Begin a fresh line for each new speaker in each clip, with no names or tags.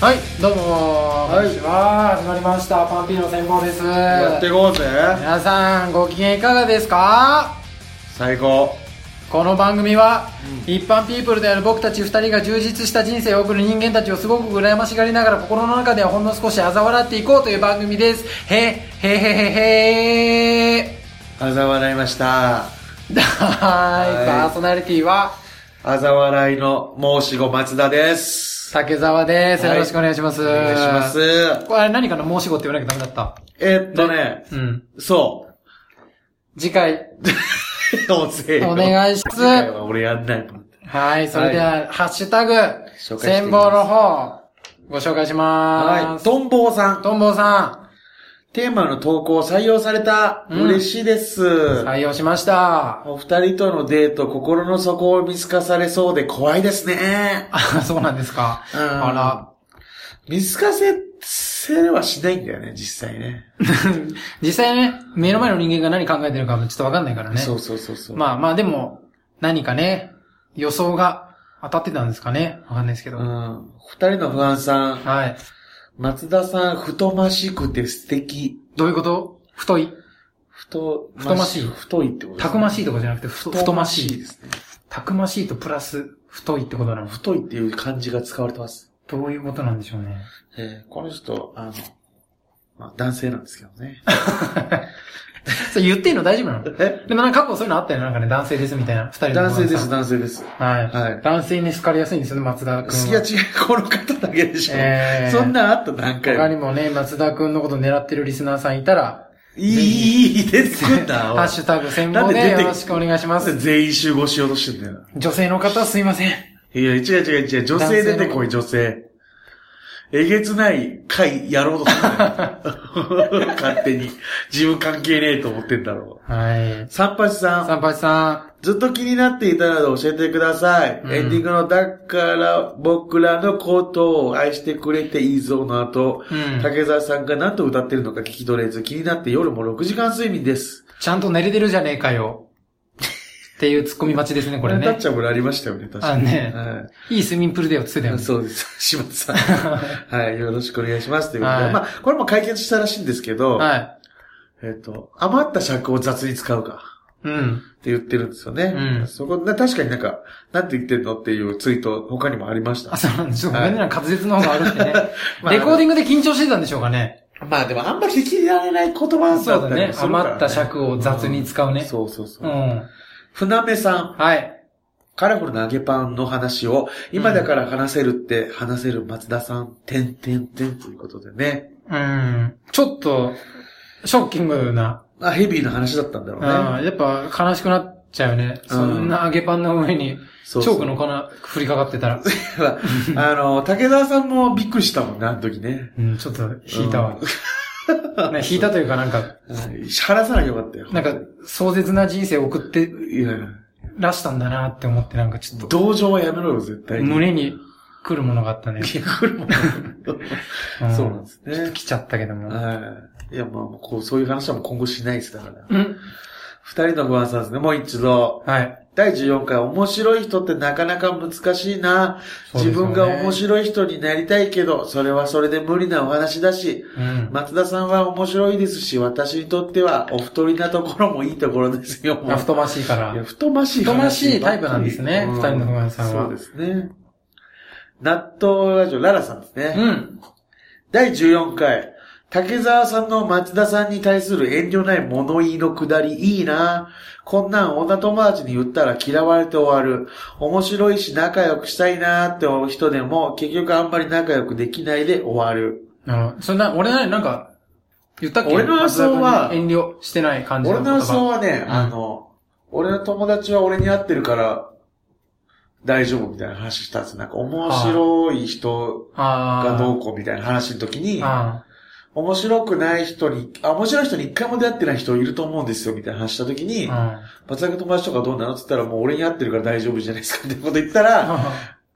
はい、どうもー、
はい
こんにちは、始まりました、パンピーの先方です。
やっていこうぜ
皆さん、ご機嫌いかがですか
最高
この番組は、一般ピープルである僕たち2人が充実した人生を送る人間たちをすごく羨ましがりながら心の中ではほんの少し嘲笑っていこうという番組ですへへへへへ
あざ笑いました
はいパーソナリティは
あざ笑いの申し子松田です
竹澤です、
はい
よろしくお願いします
お願いします
これ何かの申し子って言わなきゃダメだっ
えっとね
たうん
そ
次回
う どうせよ
お願いします
今回は俺やんないと思って
はいそれでは、ハッシュタグ
紹介していき
戦
ます
望の方ご紹介しま
は
す
いとんぼうさん
とんぼうさ
テーマの投稿採用された、
うん
嬉しいです
ん採用しました
お二人とのデート心の底を見透かされそうで怖いですね
あ、そうなんですか。
うん
あ
見透かせせれはしないんだよね実際ね
ら。実際ね、目の前の人間が何考えてるかもちょっとわかんないからね。
そうそうそうそう
まあまあでも、何かね、予想が当たってたんですかね。わかんないですけど。
うん。二人の不安さん。
はい。
松田さん、太ましくて素敵。
どういうこと太い。
太、
太ましい
太いってことですね
たくましいとかじゃなくて、太太ましい
で。すね。
たくましいとプラス、太いってことなの。
太いっていう漢字が使われてます。
どういうことなんでしょうね。
えーこの人、あの、まあ、男性なんですけどね。
それ言っていいの大丈夫なの
え
でもなんか過去そういうのあったよね。なんかね、男性ですみたいな。二人の
男性です、
は
男性です。
い。
はい
男性に好かれやすいんですよね、松田君は。
いや、違う、この方だけでしょ。
えー
そんなんあった段
他に
階。
もね、松田くんのこと狙ってるリスナーさんいたら、
いい、いいです か
ハッシュタグ専門
なんで
で
出
よ
て
ろしくお願いします。
全員集合しようとしてんだよな。
女性の方すいません。
いや、違う違う違う、女性出てこい、女性。えげつない回やろうとするな よ勝手に。自分関係ねえと思ってんだろう。
はい。
三橋さん、
三橋さ
ずっと気になっていたので教えてください。
うん
エンディングの、だから僕らのことを愛してくれていいぞの後、
うん
竹澤さんが何と歌ってるのか聞き取れず、気になって夜も6時間睡眠です。
ん、ちゃんと寝れてるじゃねえかよ。って いう突っ込み待ちですね、これ
タッ
ね。
チャブルありましたよね、確かに。
あね
はい
いいスミンプルだよって言ってたよね。
そうです。島田さん。 はい、よろしくお願いします。ということで、
はい
まあ、これも解決したらしいんですけど、
はい。
えっ、と、余った尺を雑に使うか。
うん。
って言ってるんですよね。
うん
そこ、な確かになんか、なんて言ってんのっていうツイート、他にもありまし
あ、
た。
そうなんです。ちょっとごめんね、滑舌の方が悪くてね
。まあ
レコーディングで緊張してたんでしょうかね。
まあでも、あんまり聞きられない言葉だったりもする
そう
か
だ
ら
ね。余った尺を雑に使う
う
ね
ん。そうそうそうう。
ん。
船目さん、
はい。
カラフルな揚げパンの話を、今だから話せるって、話せる松田さん、てんてんてんということでね。
うん。ちょっと、ショッキングな
あ、ヘビーな話だったんだろうね。
ああ、やっぱ悲しくなっちゃうよね。そんな揚げパンの上に、チ
そ
ョ
うそう
ークの粉振りかかってたら。
ただ あの、竹澤さんもびっくりしたもんね、あの時ね。
うん、ちょっと引いたわ。 ね、引いたというかなんか、
はい話さなきゃよかったよ。
なんか、壮絶な人生を送って
いや、
らしたんだなって思って、なんかちょっと、
同情はやめろよ、絶対に。
胸に来るものがあったね。
いや来るもん。
ん
そうなんです
ちょっと
ね。
来ちゃったけども。
はい。いや、まあ、こう、そういう話はもう今後しないです、だから。
うん。
二人の不安さんですね、もう一度。
はい。
第14回、面白い人ってなかなか難しいな。
そう
自
ですよね
分が面白い人になりたいけど、それはそれで無理なお話だし、
うん。
松田さんは面白いですし、私にとってはお太りなところもいいところですよ。
あ太ましいから
いや、。太ましい話。
太ましいタイプなんですね
うん
二人の不安さんは
そうですね。納豆ラジオ、ララさんですね。
うん。
第14回、竹澤さんの松田さんに対する遠慮ない物言いのくだりいいなこんなん女友達に言ったら嫌われて終わる。面白いし仲良くしたいなって思う人でも結局あんまり仲良くできないで終わる。
あの、そんな、俺な、なんか、言ったっけ
俺の予想は
松田君に遠慮してない感じの
俺
言葉。
の予想はね、
うん
あの、俺の友達は俺に合ってるから大丈夫みたいな話したんですよ。なんか面白い人
あ
が
あ。
どうこうみたいな話の時に、
あ
面白くない人に、あ、面白い人に一回も出会ってない人いると思うんですよ、みたいな話した時に、
あ。
松田君友達とかどうなのって言ったら、もう俺に会ってるから大丈夫じゃないですか、ってこと言ったら、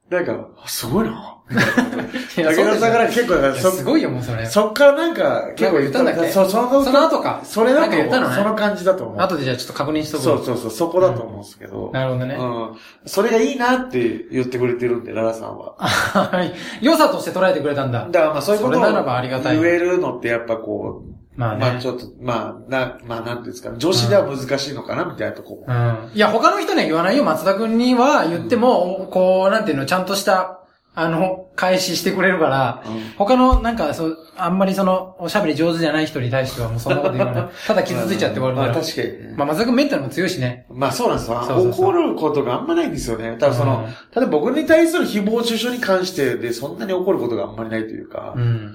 なんか、あすごいな。
いや
武田さんから結構だから
いや
そ
すごいよ、もうそれ。
そっからなんか、結構言ったんだ
なんか言ったんだっけ
そその
その後か
それだと
な
思う。
んか言ったのね
その感じだと思う。
後でじゃあちょっと確認しとこ
そうそうそう、そこだと思うんですけど。
なるほどね
うん。それがいいなって言ってくれてるんで、ララさんは。
はい。良さとして捉えてくれたんだ。
だからまあそういうこと
それならばありがたい
言えるのってやっぱこう、
まあね
まあちょっと、まあ、な、まあなんていうんですか、女子では難しいのかなみたいなとこも。
うん。いや、他の人には言わないよ。松田くんには言っても、こう、なんていうの、ちゃんとした、あの、返ししてくれるから、
うん
他の、なんか、そう、あんまりその、おしゃべり上手じゃない人に対してはもうそんなこと言わ ない。ただ傷ついちゃって終わる
ま
か
あ
ら。
確かにね。
まあ、松田くんメンタルも強いしね。
まあそうなんですよ。
そうそうそう
怒ることがあんまないんですよね。ただその、
うん
ただ僕に対する誹謗中傷に関してで、そんなに怒ることがあんまりないというか、
うん。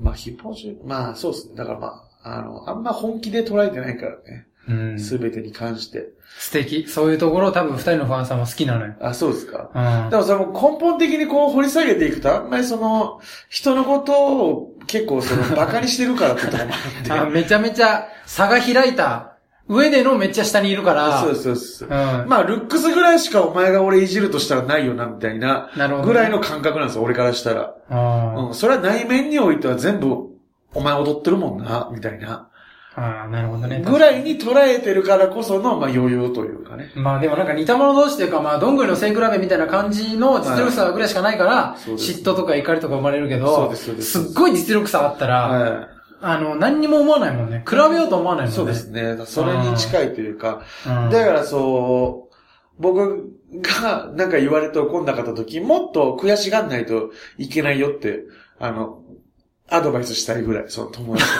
まあ誹謗中、まあそうですね。だからまあ、あの、あんま本気で捉えてないからね。
うん。
すべてに関して。
素敵。そういうところを多分二人のファンさんも好きなのよ。
あ、そうですか。
うん
で。もその根本的にこう掘り下げていくと、あんまりその、人のことを結構その、馬鹿にしてるからってとこも あ
あ
って。
めちゃめちゃ差が開いた上でのめっちゃ下にいるから。
そうですそうです。
うん。
まあ、ルックスぐらいしかお前が俺いじるとしたらないよな、みたいな。
なるほどね
ぐらいの感覚なんですよ、俺からしたら。
あー
うん、それは内面においては全部、お前踊ってるもんな、みたいな。
あー、なるほどね。
ぐらいに捉えてるからこその、まあ余裕というかね。
まあでもなんか似た者同士というか、まあどんぐりの背比べみたいな感じの実力差ぐらいしかないから、
そうです
嫉妬とか怒りとか生まれるけ
そう
ど、
ですそうです
っごい実力差あったら、
は
あの、何にも思わないもんね。比べようと思わないもん
い。
ね。
そうですね。それに近いというか。
うん。
だからそう、僕がなんか言われて怒んなかった時、もっと悔しがんないといけないよって、あの、アドバイスしたいぐらい、その友達に。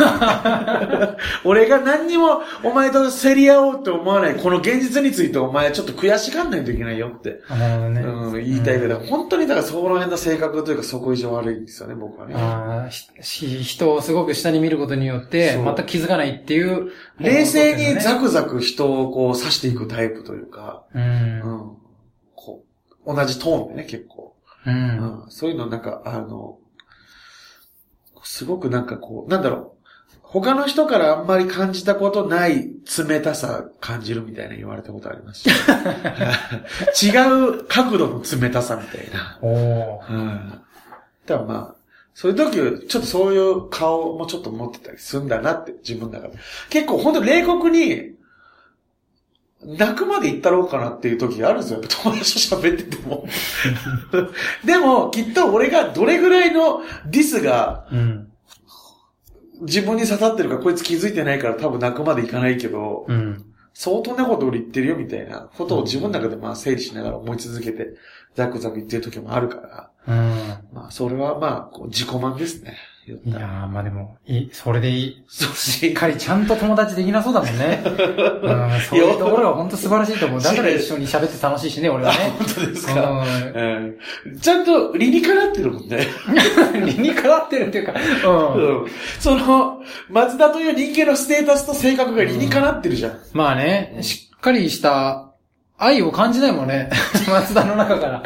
俺が何にもお前と競り合おうって思わない、この現実についてお前ちょっと悔しがんないといけないよって。
あなるほどね。
うん、言いたいけど、本当にだからそこら辺の性格というかそこ以上悪いんですよね、僕はね。
あーひひ人をすごく下に見ることによって、
そう
全く気づかないっていう。
冷静に
ざ
ザクザク人をこう刺していくタイプというか、
う。
うんん。こう、同じトーンでね、結構。
う。
うんん。そういうのなんか、あの、すごくなんかこう、なんだろう。他の人からあんまり感じたことない冷たさ感じるみたいな言われたことあります し。違う角度の冷たさみたいな。
おー
うん。だからまあ、そういう時よりちょっとそういう顔もちょっと持ってたりするんだなって、自分の中で。結構本当冷酷に、泣くまで行ったろうかなっていう時があるんですよ。やっぱ友達と喋ってても。でも、きっと俺がどれぐらいのディスが
うん。
自分に刺さってるかこいつ気づいてないから多分泣くまでいかないけど、
うん。
相当なこと俺言ってるよみたいなことを自分の中でまあ整理しながら思い続けて、ザクザク言ってる時もあるか
う
ら。
ん。
まあ、それはまあ、こう自己満ですね。言っ
い
た
や
ら。
ー、まあでも、いい、それでいい。
そう
しっかりちゃんと友達できなそうだもん ね。うん、そういうところが本当素晴らしいと思う。だから一緒に喋って楽しいしね、俺は ね。
本当ですか、
う
うん、ちゃんと理にかなってるもんね。
ん。理にかなってるっていうか、うん。
うん。その、松田という人間のステータスと性格が理にかなってるじゃん。
まあね、しっかりした愛を感じないもんね。 松田の中から。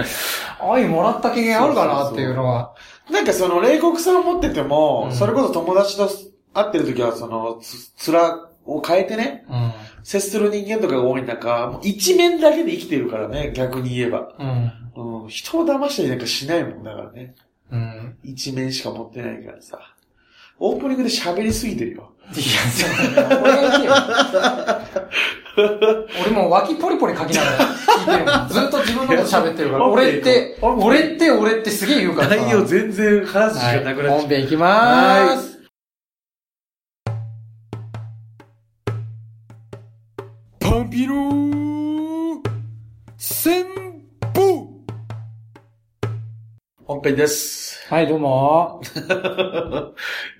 愛もらった経験あるかなっていうのは。
なんかその、冷酷さを持ってても、
うん
それこそ友達と会ってる時は、その、つ、面を変えてね、
うん。
接する人間とかが多い中、もう一面だけで生きてるからね、逆に言えば。
うん。
うん。人を騙したりなんかしないもんだからね。
うん。
一面しか持ってないからさ。オープニングで喋りすぎてるよ。
いや、そうだよ俺が言ってよ俺もう脇ポリポリ書きながら聞いてるもんずっと自分のこと喋ってるから。
いや
俺って、
オッケー
俺って、俺ってすげえ言うからさ。
内容全然話すしかなくな
はい本
っちゃう。
編いきまーす。
パンピロー戦法本編です。
はい、どうも。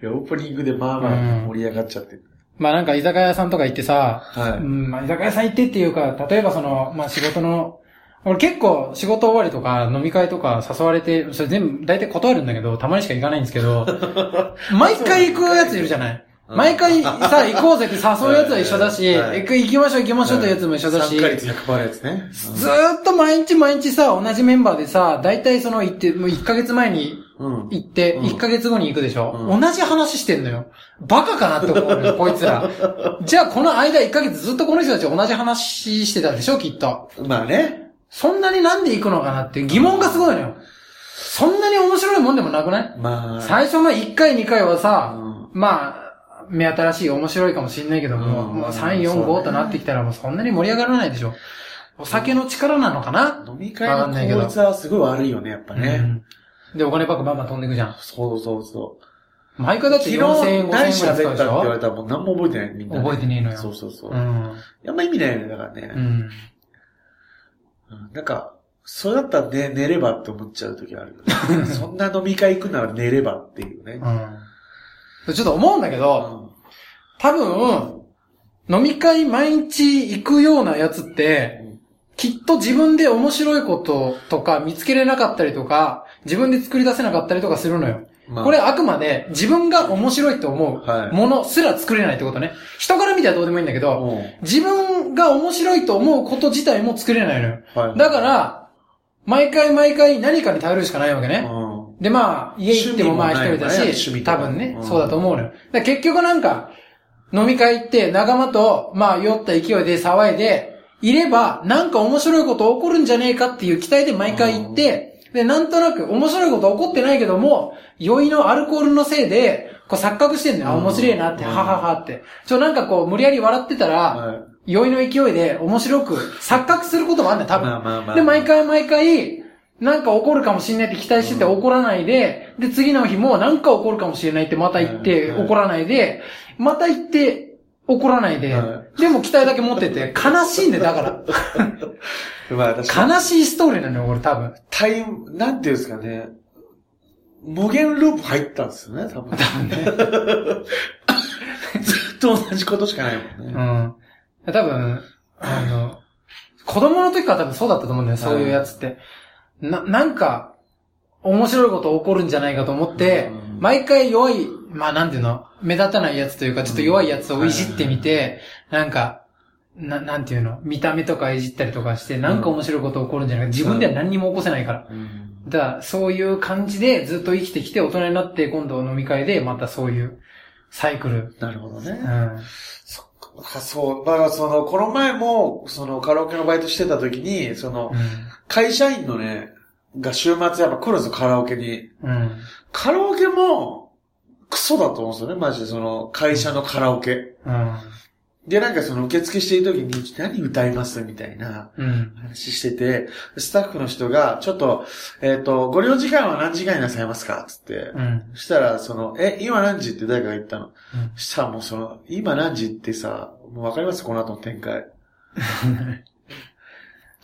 いや、オープニングでまあまあ盛り上がっちゃってる。
まあなんか居酒屋さんとか行ってさ、
は
う
い。
ん、まあ居酒屋さん行ってっていうか、例えばその、まあ仕事の、俺結構仕事終わりとか飲み会とか誘われて、それ全部大体断るんだけど、たまにしか行かないんですけ ど、毎回行くやついるじゃない
うん
毎回さ、 行こうぜって誘うやつは一緒だし、
はい
行く行きましょう行きましょうってやつも一緒だし、
参加率100%のやつね。
ずーっと毎日毎日さ、同じメンバーでさ、大体その行って、もう1ヶ月前に
うん。
行って、
うん
1ヶ月後に行くでしょ、
う
同じ話してんのよ。バカかなって思うのよ、こいつら。じゃあこの間1ヶ月ずっとこの人たち同じ話してたでしょ、きっと。
まあね。
そんなになんで行くのかなっていう疑問がすごいのよ。そんなに面白いもんでもなくない
まあ、
最初の1回2回はさ、
う
まあ、目新しい面白いかもしんないけども、
うん
もう3、4、
そう
5
ね
となってきたらもうそんなに盛り上がらないでしょ。お酒の力なのかな、
飲み会の効率はすごい悪いよね、やっぱね。
うんで、お金パックバンバン飛んでいくじゃん。
そうそうそう。
毎回だっ
昨
て
日
4000円、5000円ぐら
何
い
喋
使う
ったっ
でして
言わ
ょ
れたらもう何も覚えてない、みんな、
覚えてねえのよ。
そうそうそう。
う
あ
ん。
んま意味ないよね、だからね。
うん。
うんなんか、それだったらね、寝ればって思っちゃう時あ るよね。そんな飲み会行くなら寝ればっていうね。
うん。ちょっと思うんだけど、多分、飲み会毎日行くようなやつって、きっと自分で面白いこととか見つけれなかったりとか、自分で作り出せなかったりとかするのよ。
まあ
これあくまで自分が面白いと思
はいう
ものすら作れないってことね。人から見たらどうでもいいんだけど、
うん
自分が面白いと思うこと自体も作れないのよ。
はい
だから、毎回毎回何かに頼るしかないわけね。
うん
で、まあ、家行ってもまあ一
趣味も
人
ないもんね
だ
趣
し、
味とか
多分ね、
うん
そうだと思うのよ。だから結局なんか、飲み会行って仲間と、まあ酔った勢いで騒いで、いれば、なんか面白いこと起こるんじゃねえかっていう期待で毎回行って、で、なんとなく面白いこと起こってないけども、酔いのアルコールのせいで、こう錯覚してんだよ。あ、
うん
面白いなって、
うん
ははははって。ちょ、なんかこう、無理やり笑ってたら、
はい
酔いの勢いで面白く錯覚することもあんだよ、多分
まあ。まあまあ。
で、毎回毎回、なんか起こるかもしれないって期待してて起こらないで、で、次の日もなんか起こるかもしれないってまた行って
うん
起こらないで、また行って起こらないで
は、
でも期待だけ持ってて、悲しいんで、だ から。
まあ確かに。
悲しいストーリーなのよ、俺多分。
タイム、なんていうんですかね。無限ループ入ったんですよね、多分。 ずっと同じことしかないも
う
んね。
ん。多分、あの、子供の時から多分そうだったと思うんだよ、そういうやつって。な、なんか、面白いこと起こるんじゃないかと思って
うん、
毎回弱い、まあなんていうの、目立たないやつというか、ちょっと弱いやつをいじってみて、なんか、な、なんていうの、見た目とかいじったりとかして、なんか面白いこと起こるんじゃないか、自分では何にも起こせないから。
うん
だから、そういう感じでずっと生きてきて、大人になって今度飲み会で、またそういうサイクル。
なるほど
う
ね。
ん。
そっか、そう。だからその、この前も、その、カラオケのバイトしてた時に、その、会社員のね、が週末やっぱ来るんですよ、カラオケに。
うん。うん。
カラオケも、クソだと思うんですよね、マジで。その、会社のカラオケ。
うん。
で、なんかその、受付してる時に、何歌いますみたいな
うん。
話してて、スタッフの人が、ちょっと、えっ、と、ご利用時間は何時間になさいますかつって。
うん。
そしたら、その、え、今何時って誰かが言った
う
の。
ん
そしたらもうその、今何時ってさ、もうわかりますこの後の展開。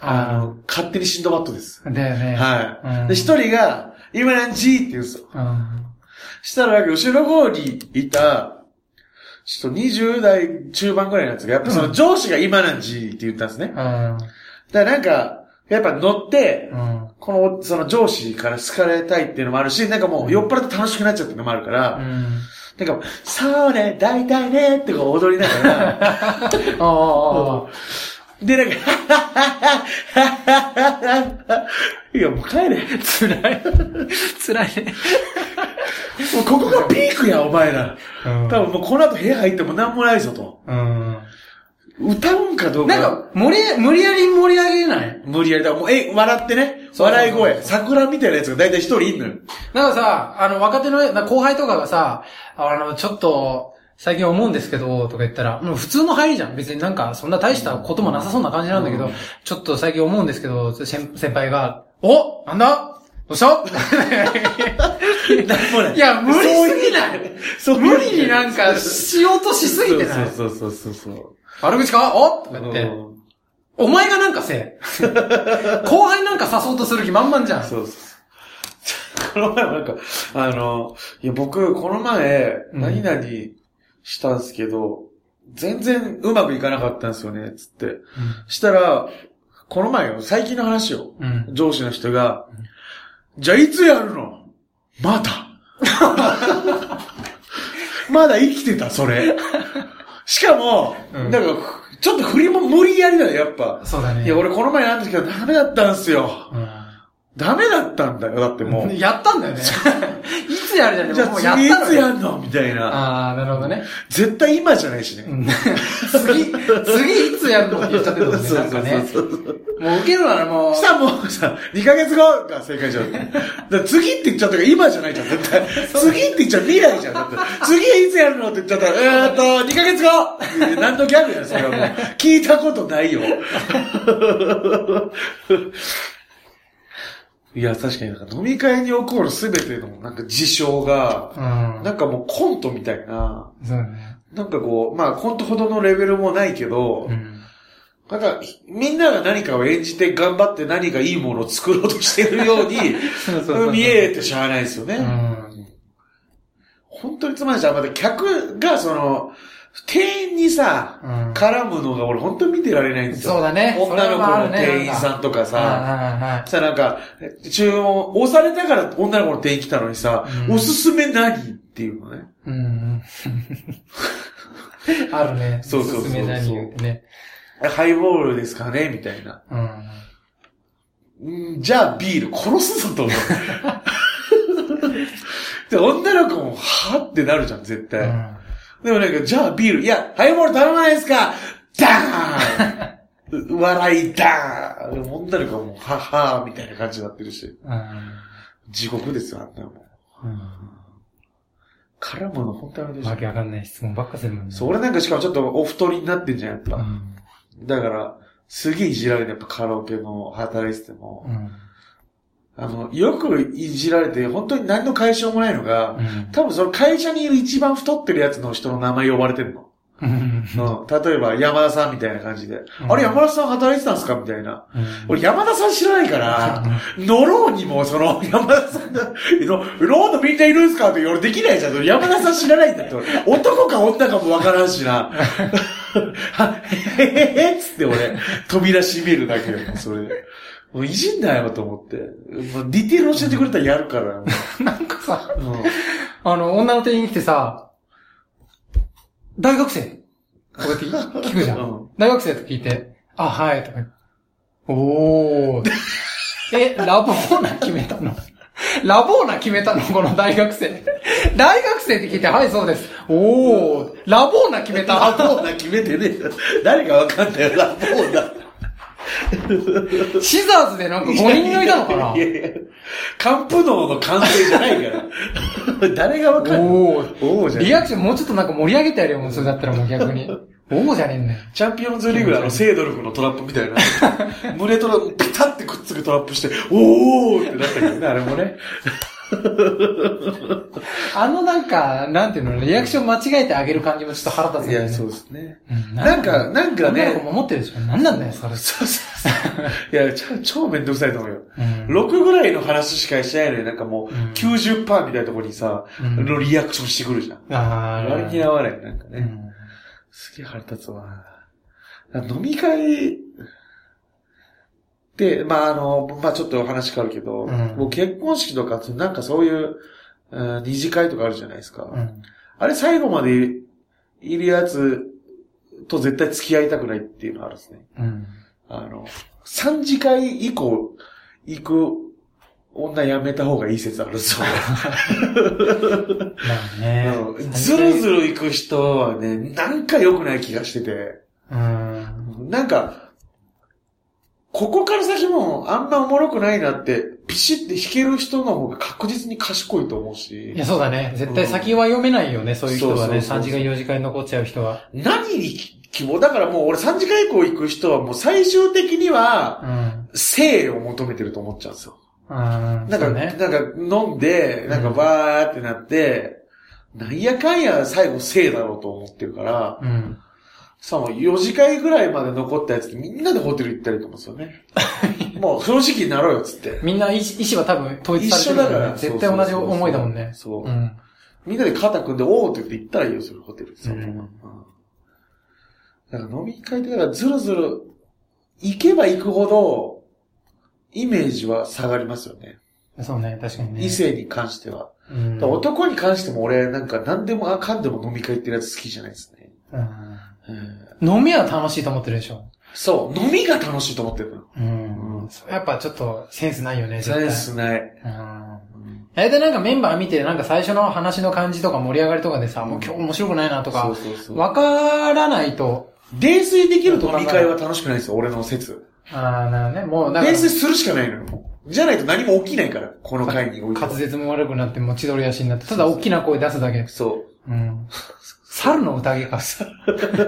あの、勝手にシンドバッドです。
あの、だよね。
はい。で、
うん
一人が、今何時って言うんですよ。
うん。
したら、後ろの方にいた、ちょっと20代中盤ぐらいのやつが、やっぱその上司が今何時って言ったんですね。
うん。
だからなんか、やっぱ乗って、
うん。
この、その上司から好かれたいっていうのもあるし、なんかもう酔っ払って楽しくなっちゃったのもあるから、
うん。
なんか、そうね、大体ね、ってこう踊りながら、
ああ、
で、なんか、 いや、も う帰れ。
辛
も
い。辛いね。
うここがピークや、お前ら。多分もうこの後部屋入っても何もないぞと。
うん。
歌うんかどう
なん
か。
か、盛り、無理やり盛り上げない
無理やりだ。もう、え、笑ってね。
そう
笑い声。桜みたいなやつが大体一人いん のよ。
なんかさ、あの、若手のな後輩とかがさ、あの、ちょっと、最近思うんですけど、とか言ったら、もう普通の入りじゃん。別になんか、そんな大したこともなさそうな感じなんだけど、
うん
ちょっと最近思うんですけど、先先輩が、おなんだどうした
何もない
いや、無理すぎない
そういう
無理になんか、しようとしすぎてない
そうそうそうそうそう。
悪口かおとか言って。
うん
お前がなんかせ え。後輩なんか誘おうとする気満々じゃん。
そうそう。 この前もなんか、あの、いや、僕、この前、
うん
何々したんすけど、全然うまくいかなかったんですよね、つって。したら、この前よ、最近の話を、
うん。
上司の人が、じゃあいつやるのまだ。 まだ生きてた、それ。しかも、
うん
なんか、ちょっと振りも無理やりだよ、やっぱ。
そうだね。
いや、俺この前なんですけど、ダメだったんすよ。
う
ダメだったんだよ、だっても う。
ん、やったんだよね。いつつやるじゃん。
じゃ
も
あ
うやっ
次い
たの
つや
よ。
んのみたいな。
ああ、なるほどね。
絶対今じゃないし
う
ね。
ん次、次いつやるのって言っちゃってたもんね。なんかね。
そうそうそう
もう受けるならもう
そし。たらもうさ、2ヶ月後が正解じゃん。だから次って言っちゃったから今じゃないじゃん、絶対。次って言っちゃ未来じゃん。だって次はいつやるのって言っちゃったら、えーっと、2ヶ月後いや何のギャグやねん、それは もう。聞いたことないよ。いや、確かになんか飲み会に起こるすべてのなんか事象が、
うん。
なんかもうコントみたいな、
そうだね。
なんかこう、まあコントほどのレベルもないけど、
うん。
なんか、みんなが何かを演じて頑張って何かいいものを作ろうとしてるように、
そうそうそう。
見えてしゃあないですよね。
うん。
本当につまんないじゃん。また客がその、店員にさ、
うん
絡むのが俺本当に見てられないんですよ。
そうだね。
女の子の店員さんとか
それはあるね
さ、
なんかはいはいはい
さ、なんか、注文、押されたから女の子の店員来たのにさ、
うん
おすすめ何っていうのね。
うん。 あるね。
そうそうそう
お
そう
すすめ何言ってね。
ハイボールですかねみたいな。
うん。
うんじゃあビール殺すぞと思 う。で、女の子も、はってなるじゃん、絶
う
対。
ん
でもなんか、じゃあビール、いや、ハイボール頼まないですかダーン笑いダーン女の子はもう、はっはーみたいな感じになってるし。
うん。
地獄ですよ、あんなもん。
うん。
絡むの本当にあれでし
わ
ょ。
けわかんない質問ばっかするもんね。
そう、俺なんかしかもちょっとお太りになってんじゃん、やっ
う
ぱ。
ん。
だから、すげえいじられて、やっぱカラオケの働いてても。
うん。
あの、よくいじられて、本当に何の解消もないのが、
うん
多分その会社にいる一番太ってるやつの人の名前呼ばれてるの。
うん。
うん、例えば、山田さんみたいな感じで。
ん
あれ、山田さん働いてたんですかみたいな。俺、山田さん知らないから、ノローにも、その、 山田さんが、のローのみんないるんすかって俺できないじゃん。それ山田さん知らないんだって。俺男か女かもわからんしな。はへへへへっつって俺、扉閉めるだけよ、それで。もういじんなよと思って。もうディテール教えてくれたらやるから。も
なんかさ、
ううん
あの、女の店員来てさ、大学生こうや って聞くじゃん。
うん
大学生と聞いて、あ、はい、とか言って。おー。え、ラボーナ決めたのラボーナ決めたのこの大学生。大学生って聞いて、はい、そうです。おー。ラボーナ決めた。
ラボーナ決めてね。誰かわかんないよ、ラボーナ。
シザーズでなんか5人抜いたのかない
やいや、カンプ脳の完成じゃないから。 誰がわかる
おー。
おーじゃない
リアクションもうちょっとなんか盛り上げてやるよ、もうそれだったらもう逆に。おーじゃねえんだよ。
チャンピオンズリーグであの、セイドルフのトラップみたいな。 胸トラップ、ピタってくっつくトラップして、おーってなったけど ね、あれもね。
あのなんか、なんていうの、リアクション間違えてあげる感じもちょっと腹立つん
い
だよ
や、
ね。
そうですね。
うん
なんか、なんか
女の子
ね、
も持ってるでしょなんなんだよ、それ。
そうそう そう。いや、ちゃ超めんどくさいと思うよ。
うん
6ぐらいの話しかしてないのに、なんかも
う
う
ん
90%みたいなところにさ、
うん
のリアクションしてくるじゃん。
あ
割に合わない、なんかね。
うん
すげえ腹立つわ。飲み会で、まあ、あの、まあ、ちょっと話変わるけど、
うん
もう結婚式とか、なんかそういう、うん二次会とかあるじゃないですか。
うん
あれ最後までいるやつと絶対付き合いたくないっていうのあるんですね。
うん。
あの、三次会以降行く女やめた方がいい説あるんですよ。
まあね
うんずるずる行く人はね、なんか良くない気がしてて。
うん。
なんか、ここから先もあんまおもろくないなって、ピシって弾ける人の方が確実に賢いと思うし
いや、、そうだね。絶対先は読めないよね、そういう人はね。
そうそうそう
3時間4時間残っちゃう人は。
何に希望だからもう俺3次会以降行く人はもう最終的には、
うん。
性を求めてると思っちゃうんですよ。
うん。
なん
そ
か、
うね。
なんか飲んで、なんかバーってなって、なんやかんや最後性だろうと思ってるから、
うん。
さもう4次会ぐらいまで残ったやつってみんなでホテル行ったりとかす るね。もう正直になろうよっつって。
みんな意思意思は多分統一
一
さ
緒
れ
だ
て
か
るから
ら。
ね。絶対同じ思いだもんね。
そうう。
ん。
みんなで肩組んで、おーって言って行ったらいいよ、それホテル。そのまま
うん
うんだから飲み会って、だからずるずる、行けば行くほど、イメージは下がりますよね。
そうね、確かにね。
異性に関しては。
うん。
だから男に関しても俺、なんか何でもあかんでも飲み会行ってるやつ好きじゃないですね。
うん
うん
飲みは楽しいと思ってるでしょ。
そう、飲みが楽しいと思ってるのよ。
うん。
うん
それやっぱちょっとセンスないよね、絶
セ
対。
ンスない。
うん。大体なんかメンバー見て、なんか最初の話の感じとか盛り上がりとかでさ、もう今日面白くないなと
そ
か
うそう、そう
わからないと、
泥酔できる飲み会は楽しくないですよ、俺の説。
あーなるね、もうなんか
泥酔するしかないのよ。じゃないと何も起きないから、この会においては
滑舌も悪くなって、もう千鳥足になって、ただ大きな声出すだけ。
そう。
うん。猿の宴か。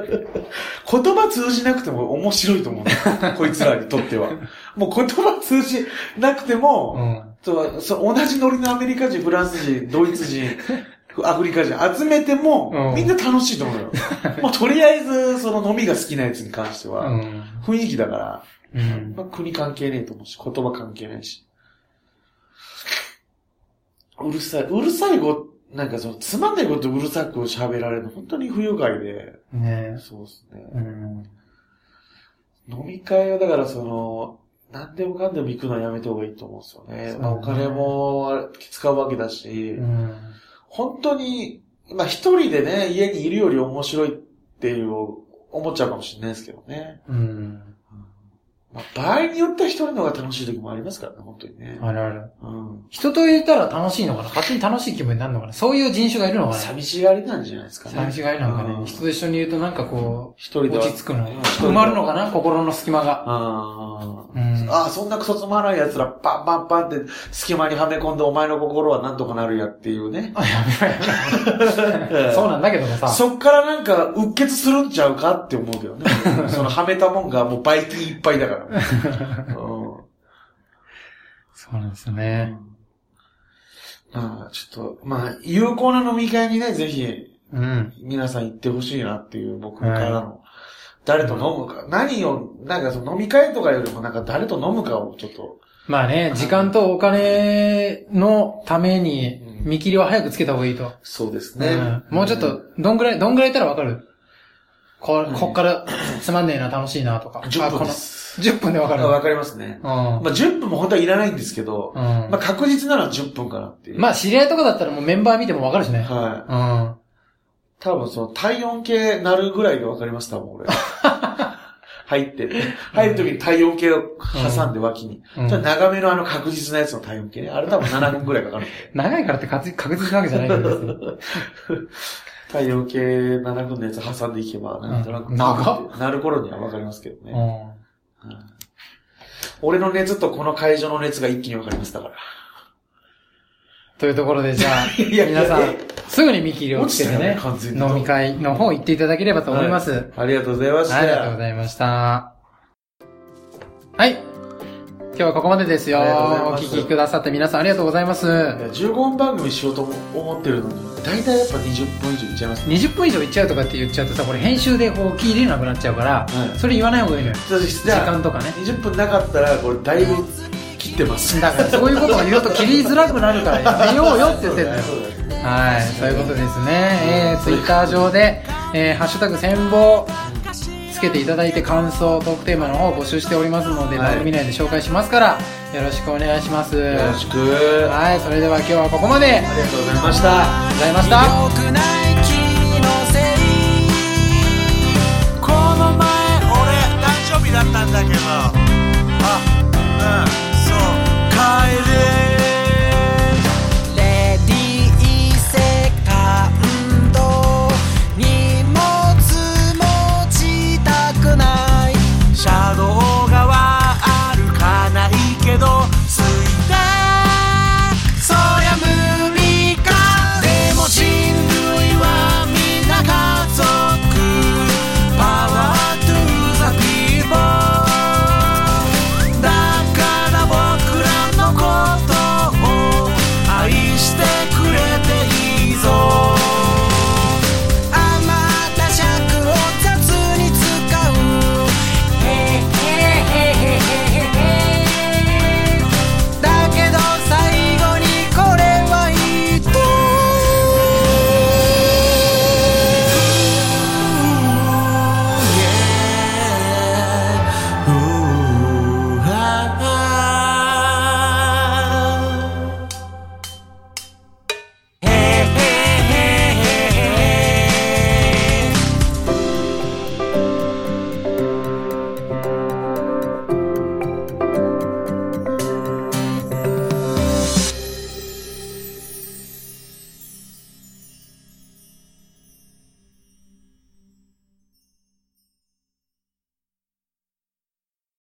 言葉通じなくても面白いと思うね。 こいつらにとっては。もう言葉通じなくて
う
も、
ん。
そうそう同じノリのアメリカ人、フランス人、ドイツ 人、アフリカ人集めても
う、ん
みんな楽しいと思 うよ。もうとりあえず、その飲みが好きなやつに関して
う
は、
ん。
雰囲気だから、
うん
ま。あ、国関係ねえと思うし、言葉関係ないし。うるさい。うるさいご、なんかその、つまんないことうるさく喋られるの、本当に不愉快で、
ね
そうですね。
え。うん。
飲み会はだからその、何でもかんでも行くのはやめた方がいいと思うんですよね。
そうね
まあお金もあれ使うわけだし、
うん。
本当に、まあ一人でね、家にいるより面白いっていう思っちゃうかもしれないですけどね。
うん。
まあ場合によっては一人の方が楽しい時もありますからね、本当にね。
あるある。
うん。
人といたら楽しいのかな勝手に楽しい気分になるのかなそういう人種がいるのかな
寂しがりなんじゃないですかね。
寂しがりなんか
う
ね。
一
人と一緒にいるとなんかこ
人
う、
では。
落ち着くの
うん。
埋まるのかな心の隙間が。
あ
う
ー
ん。
あー、そんなクソつまらん奴ら、パンパンパンって隙間にはめ込んでお前の心はなんとかなるやっていう ね。
あ、やべえやべえ。そうなんだけどもさ。
そっからなんか、うっ血するんちゃうかって思うけど ね。その、はめたもんがもうバイキンいっぱい だから。うん。
そうなんですよね。
まあ、ちょっと、まあ、有効な飲み会にね、ぜひ、
うん。
皆さん行ってほしいなっていう、僕からの。誰と飲むか。何を、なんかその飲み会とかよりも、なんか誰と飲むかをちょっと。
まあね、時間とお金のために
う、ん
見切りは早くつけた方がいいと。
そうです
うんもうちょっと、どんぐらい、どんぐらいいたらわかるこ、こっから、つまんねえな、楽しいな、とか。
10
あこ
分
の
です。
10分でわかる。
わかりますね。
うん。
まあ、10分も本当はいらないんですけど、
うん
まあ、確実なら10分かなっていう。
まあ、知り合いとかだったらもうメンバー見てもわかるしね。
はい。
うん。
多分その体温計なるぐらいで分かります、多分 俺。入って。入るときに体温計を挟んで脇に。
うん
ちょっと長めのあの確実なやつの体温計ね。あれ多分7分ぐらいかかる。
長いからって確実確実なわけじゃないんですよ。
体温計7分のやつ挟んでいけば、なんとなく。
うん長
なる頃には分かりますけど
う
ね。俺の熱とこの会場の熱が一気に分かります、だか
ん。というところで、じゃあ、
いやいや
皆さん、すぐに見切りをつけてね
落ちたよね完、全に
飲み会の方行っていただければと思います。
ら。ありがとうございました。
ありがとうございました。はい。今日はここまでですよ。
ありがとうござい
お
ます
聞きくださって皆さんありがとうございます。
いや15分番組しようと思ってるのに、だいたいやっぱ20分以上いっちゃいますね。
20分以上いっちゃうとかって言っちゃうとさ、これ編集でこう切れなくなっちゃうから、
はい
それ言わない方がいいのよ。時
じゃあ
間とかね。
20分なかったら、これだいぶ切ってます。
だからそういうことを言うと切りづらくなるからやめようよって言ってるのよ。
そうだね
はい、そういうことですね。えー、ツイッター上で、えー、ハッシュタグ戦望つけていただいて感想、トークテーマの方を募集しておりますので、
はい
番組内で紹介しますから、よろしくお願いします。
よろしく。あ
はい、それでは今日はここまで。ありがと
りがとうございました。
うございました。
良くない気のせいこの前俺誕生日だったんだけどあうん